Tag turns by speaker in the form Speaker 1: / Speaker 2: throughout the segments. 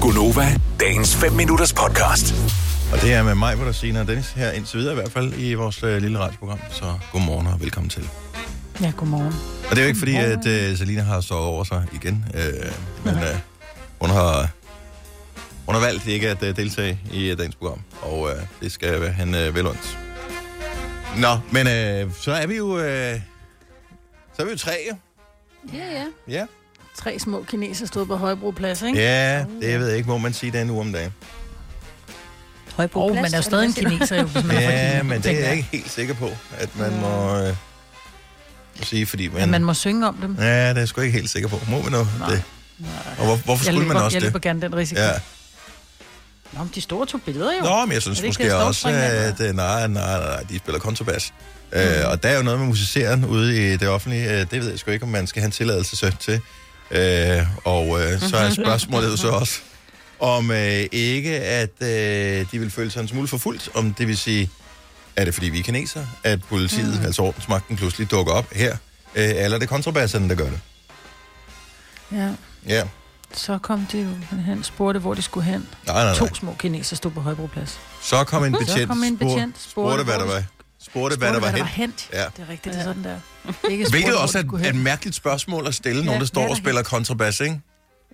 Speaker 1: Gunova, dagens 5 minutters podcast.
Speaker 2: Og det er med mig, hvor der siger, og Dennis her indtil videre i hvert fald i vores øh, lille radioprogram. Så godmorgen og velkommen til.
Speaker 3: Ja, godmorgen.
Speaker 2: Og det er jo ikke fordi, at øh, Selina har sovet over sig igen, øh, men øh, hun, har, hun har valgt ikke at øh, deltage i øh, dagens program, og øh, det skal være han øh, vel ondt. Nå, men øh, så er vi jo øh, så er vi jo tre, jo.
Speaker 3: Ja, ja.
Speaker 2: ja.
Speaker 3: Tre små kineser stod på Højbro Plads, ikke?
Speaker 2: Ja, det jeg ved jeg ikke, må man sige det en uge om dagen.
Speaker 4: Højbro
Speaker 3: Og
Speaker 4: Plads.
Speaker 3: man er jo stadig en kineser, jo, hvis man er fra
Speaker 2: Ja,
Speaker 3: Kina,
Speaker 2: men det
Speaker 3: tænker
Speaker 2: er jeg
Speaker 3: jeg.
Speaker 2: ikke helt sikker på, at man må, øh, må sige, fordi man...
Speaker 3: Men man må synge om dem.
Speaker 2: Ja, det er jeg sgu ikke helt sikker på. Må man nu Nej. det? Og hvor, hvorfor
Speaker 3: Jeg
Speaker 2: skulle
Speaker 3: løber,
Speaker 2: man også
Speaker 3: jeg løber
Speaker 2: det?
Speaker 3: gerne den risiko.
Speaker 2: Ja.
Speaker 3: Nå, men de store tog billeder jo.
Speaker 2: Nå, men jeg synes
Speaker 3: Er det ikke
Speaker 2: måske
Speaker 3: det, der
Speaker 2: også,
Speaker 3: står
Speaker 2: at
Speaker 3: på
Speaker 2: øh, nej, nej, nej, nej, de spiller kontrabas. Mm. Øh, og der er jo noget med musiceren ude i det offentlige. Øh, det ved jeg sgu ikke, om man skal have en tilladelse så- til. Øh, og øh, så
Speaker 3: Mhm.
Speaker 2: er spørgsmålet jo så også, om øh, ikke, at øh, de vil føle sig en smule forfulgt. Om det vil sige, er det fordi vi er kinesere, at politiet, mm. altså ordensmagten, pludselig dukker op her? Øh, eller er det kontrabasserne, der gør det?
Speaker 3: Ja.
Speaker 2: Ja.
Speaker 3: Så kom de jo hen, spurgte, hvor de skulle hen.
Speaker 2: Nej, nej, nej.
Speaker 3: To små kineser stod på Højbro Plads.
Speaker 2: Så kom en betjent,
Speaker 3: kom en
Speaker 2: spurg-
Speaker 3: betjent, spurgte,
Speaker 2: spurgte, hvad
Speaker 3: hvor
Speaker 2: der
Speaker 3: du-
Speaker 2: var, spurgte, hvad der var hen.
Speaker 3: hent.
Speaker 2: Ja.
Speaker 3: Ja. Det er rigtigt, det er sådan der. Ikke
Speaker 2: Hvilket
Speaker 3: spurgte,
Speaker 2: også
Speaker 3: hvor de skulle
Speaker 2: er et, et
Speaker 3: hen.
Speaker 2: mærkeligt spørgsmål at stille, ja, nogen, der
Speaker 3: hvad
Speaker 2: står
Speaker 3: er
Speaker 2: og
Speaker 3: der
Speaker 2: spiller kontrabas, ikke?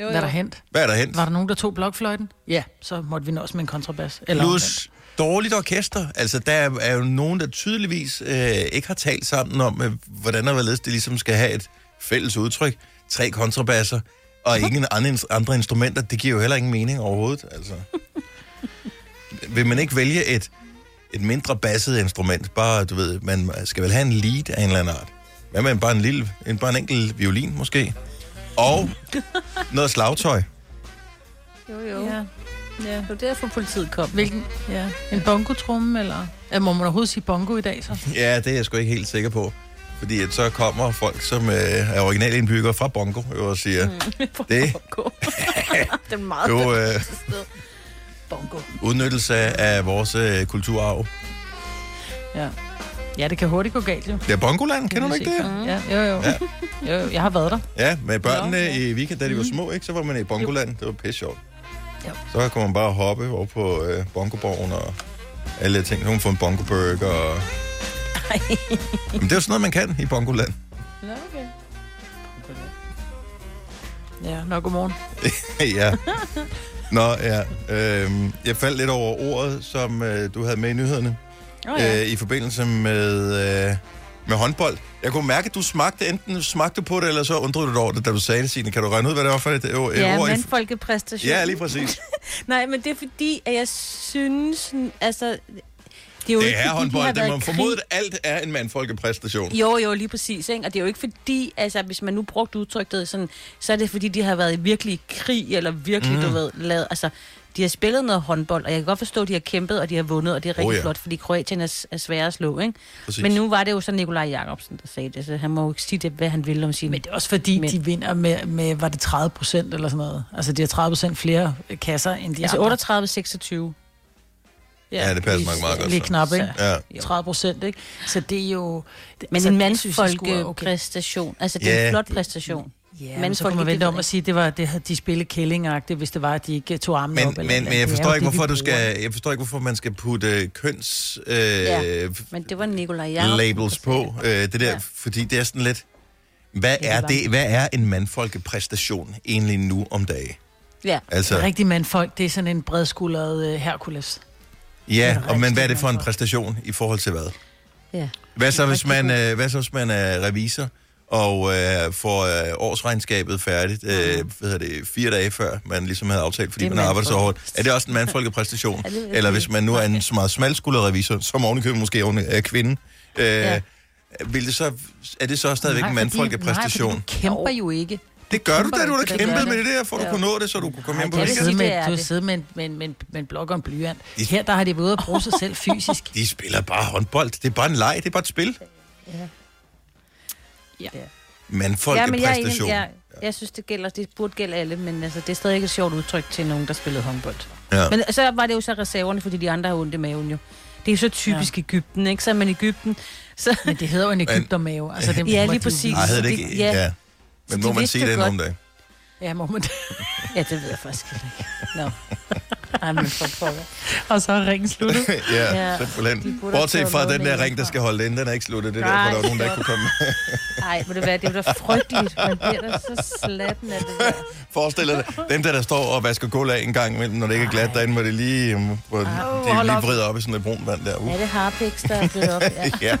Speaker 4: Jo,
Speaker 3: Hvad er der hent?
Speaker 2: Hvad er der hen?
Speaker 3: Var der nogen, der tog blokfløjten? Ja, så måtte vi nøjes med en kontrabas. Eller
Speaker 2: Plus dårligt orkester. Altså, der er, er jo nogen, der tydeligvis øh, ikke har talt sammen om, øh, hvordan og hvorledes det ligesom skal have et fælles udtryk. Tre kontrabasser og ingen andre, andre instrumenter. Det giver jo heller ingen mening overhovedet, altså. Vil man ikke vælge et, et mindre basset instrument? Bare, du ved, man skal vel have en lead af en eller anden art. Hvad med bare en lille, en, bare en enkelt violin måske? Og noget slagtøj.
Speaker 4: Jo,
Speaker 3: omvendt.
Speaker 4: jo.
Speaker 3: Ja.
Speaker 4: ja. Det var derfor, politiet kom.
Speaker 3: Hvilken? Ja. En bongotrumme, eller? Ja, må man overhovedet sige bongo i dag, så?
Speaker 2: Ja, det er jeg sgu ikke helt sikker på. Fordi at så kommer folk, som øh, er originalindbyggere fra Bongo, jo, og siger, mm. Det-
Speaker 4: Den er meget
Speaker 2: jo, øh,
Speaker 3: Bongo.
Speaker 2: udnyttelse af vores øh, kulturarv.
Speaker 3: Ja. ja, det kan hurtigt gå galt, jo.
Speaker 2: Det er Bongoland, kender du ikke det?
Speaker 3: Ja, jo, jo.
Speaker 2: Ja.
Speaker 3: Ja. jo, jo. Jeg har været der.
Speaker 2: Ja, med børnene
Speaker 4: Nå, ja.
Speaker 2: i weekend, da de var små, ikke? så var man i Bongoland. Det var pisse sjovt.
Speaker 3: Jo.
Speaker 2: Så kunne man bare hoppe over på øh, Bongoborgen og alle ting. Så kunne man få en Bongoburger. Og... Jamen, det er jo sådan noget, man kan i Bongoland.
Speaker 4: Nå, okay.
Speaker 3: Ja, nå, godmorgen.
Speaker 2: ja. Nå, ja. Øhm, jeg faldt lidt over ordet, som øh, du havde med i nyhederne.
Speaker 3: Oh,
Speaker 2: øh, i forbindelse med, øh, med håndbold. Jeg kunne mærke, at du smagte, enten smagte på det, eller så undrede du dig over det, da du sagde det, Signe. Kan du regne ud, hvad det var for et øh, ord?
Speaker 4: Ja,
Speaker 2: i-
Speaker 4: mandfolkepræstation.
Speaker 2: ja, lige præcis.
Speaker 4: Nej, men det er fordi, at jeg synes, altså... Det er jo
Speaker 2: Det
Speaker 4: ikke,
Speaker 2: er
Speaker 4: fordi, de har
Speaker 2: håndbold. Det
Speaker 4: været
Speaker 2: må
Speaker 4: i krig.
Speaker 2: formodet, alt er en mandfolkepræstation.
Speaker 4: Jo, jo, lige præcis. Ikke? Og det er jo ikke fordi, altså hvis man nu brugte udtrykket sådan, så er det fordi, de har været i virkelig krig, eller virkelig, mm.
Speaker 2: Mhm.
Speaker 4: du ved, lavet, altså de har spillet noget håndbold, og jeg kan godt forstå, at de har kæmpet, og de har vundet, og det er rigtig
Speaker 2: Oh, ja.
Speaker 4: ja. flot, fordi Kroatien er, s- er svær at slå, ikke?
Speaker 2: Præcis.
Speaker 4: Men nu var det jo så Nikolaj Jacobsen, der sagde det, så han må jo ikke sige det, hvad han ville om sin...
Speaker 3: Øh. Men det er også fordi,
Speaker 4: Men-
Speaker 3: men. de vinder med, med, var det 30 procent eller sådan noget? Altså, de har 30 procent flere øh, kasser, end de
Speaker 4: altså
Speaker 3: andre.
Speaker 4: 38-26.
Speaker 2: Ja, det passer nok meget godt,
Speaker 3: Lige
Speaker 2: så.
Speaker 3: knap, ikke?
Speaker 4: Så-
Speaker 2: Ja.
Speaker 4: Jo.
Speaker 3: 30 procent, ikke? Så det er jo... det-
Speaker 4: Men
Speaker 3: altså,
Speaker 4: altså, en
Speaker 3: det synes jeg sgu er
Speaker 4: mandfolkepræstation, altså det er
Speaker 2: Ja.
Speaker 4: en flot præstation.
Speaker 3: Ja, men så kunne man
Speaker 4: Mandfolke, det
Speaker 3: vente om
Speaker 4: ved
Speaker 3: at sige, at det var, det havde de spillet kællingagtigt, hvis det var, at de ikke tog armen op.
Speaker 2: Men,
Speaker 3: eller
Speaker 2: men,
Speaker 3: noget.
Speaker 2: men jeg
Speaker 3: Det er
Speaker 2: forstår
Speaker 3: jo
Speaker 2: ikke,
Speaker 3: det, vi
Speaker 2: hvorfor du
Speaker 3: bruger.
Speaker 2: skal, jeg forstår ikke, hvorfor man skal putte køns øh,
Speaker 4: Ja. Men det var Nikolaj Jacobsen.
Speaker 2: labels
Speaker 4: der sagde
Speaker 2: på. Øh, det der,
Speaker 4: Ja.
Speaker 2: fordi det er sådan lidt, hvad
Speaker 3: er
Speaker 2: er
Speaker 3: bare-
Speaker 2: det, hvad er en mandfolkepræstation egentlig nu om dagen?
Speaker 4: det. Ja.
Speaker 2: Altså,
Speaker 3: Rigtig mandfolk, det er sådan en bredskuldret øh, Herkules.
Speaker 2: ja,
Speaker 3: rigtig
Speaker 2: og men hvad er det for en
Speaker 3: mandfolk.
Speaker 2: præstation i forhold til hvad?
Speaker 4: ja.
Speaker 2: Hvad så,
Speaker 4: En
Speaker 2: hvis
Speaker 4: rigtig
Speaker 2: man, øh, hvad så, hvis man er revisor og øh, får øh, årsregnskabet færdigt, øh, hvad hedder det, fire dage før man ligesom havde aftalt, fordi
Speaker 4: Det er
Speaker 2: man har arbejdet så
Speaker 4: mandfolk.
Speaker 2: hårdt. Er det også en mandfolkepræstation?
Speaker 4: Ja, det ved jeg
Speaker 2: Eller
Speaker 4: ikke.
Speaker 2: hvis man nu er en så meget smalskulder revisor, som ovenikøbet måske oven- er kvinde, øh, ja.
Speaker 4: Ja.
Speaker 2: vil det så, er det så stadigvæk en mandfolkepræstation?
Speaker 3: Nej, fordi du kæmper jo ikke.
Speaker 2: Det gør du,
Speaker 3: kæmper
Speaker 2: da
Speaker 3: jo
Speaker 2: du
Speaker 3: ikke,
Speaker 2: har
Speaker 3: det gør
Speaker 2: kæmpet med
Speaker 3: det.
Speaker 2: det der, for du kunne nå det, så du kunne komme hjem på
Speaker 3: Du har
Speaker 4: det er
Speaker 2: weekend.
Speaker 3: siddet med,
Speaker 4: sige, det er
Speaker 3: du har
Speaker 4: det.
Speaker 3: siddet med, en- med, en- med, en- med en blok og en blyant.
Speaker 2: De-
Speaker 3: Her der har de været ude og bruge sig selv fysisk.
Speaker 2: De spiller bare håndbold. Det er bare en leg, det er bare et spil.
Speaker 3: Ja.
Speaker 4: Ja, men jeg, er enig.
Speaker 2: Mandfolkepræstation.
Speaker 4: jeg, jeg synes, det gælder, det burde gælde alle, men altså, det er stadig ikke et sjovt udtryk til nogen, der spillede håndbold.
Speaker 2: Ja.
Speaker 4: Men så var det jo så reserverne, fordi de andre har ondt i maven jo. Det er jo så typisk ja. Ægypten, ikke? Så er man i Ægypten, så...
Speaker 3: Men det hedder jo en ægyptermave. Altså, det
Speaker 4: Ja,
Speaker 3: må
Speaker 4: lige
Speaker 3: de-
Speaker 4: præcis.
Speaker 2: Nej,
Speaker 4: Så
Speaker 2: hedder det
Speaker 4: de-
Speaker 2: ikke?
Speaker 4: ja.
Speaker 2: Ja.
Speaker 4: Så
Speaker 2: Men
Speaker 4: de
Speaker 2: må man
Speaker 4: vidste
Speaker 2: sige
Speaker 4: jo
Speaker 2: det
Speaker 4: godt.
Speaker 2: nogle dage?
Speaker 3: Ja, må man det?
Speaker 4: Ja, det ved jeg faktisk heller ikke. Nå. Ej, men for pokker.
Speaker 3: Og så er ringen sluttet.
Speaker 2: ja,
Speaker 4: Ja, de
Speaker 2: simpelthen.
Speaker 4: burde have
Speaker 2: Bortset
Speaker 4: taget
Speaker 2: fra
Speaker 4: noget
Speaker 2: den der
Speaker 4: med
Speaker 2: ring, der
Speaker 4: hjemmefra.
Speaker 2: skal holde ind, den er ikke sluttet. Det er
Speaker 4: Nej,
Speaker 2: derfor, der var nogen, der ikke kunne
Speaker 4: stop.
Speaker 2: komme.
Speaker 4: Ej, må det være, det er jo da frygteligt. Man bliver da så slatten af det der.
Speaker 2: Forestil dig, dem der, der står og vasker gulv af en gang imellem, når det ikke er glat derinde, hvor det lige, um, hvor de
Speaker 3: hold
Speaker 2: lige
Speaker 3: op.
Speaker 2: vrider op i sådan et brun vand der. Uh.
Speaker 4: Er det harpiks, der er blevet op? Ja.
Speaker 2: Ja.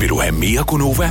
Speaker 1: Vil du have mere Gunova?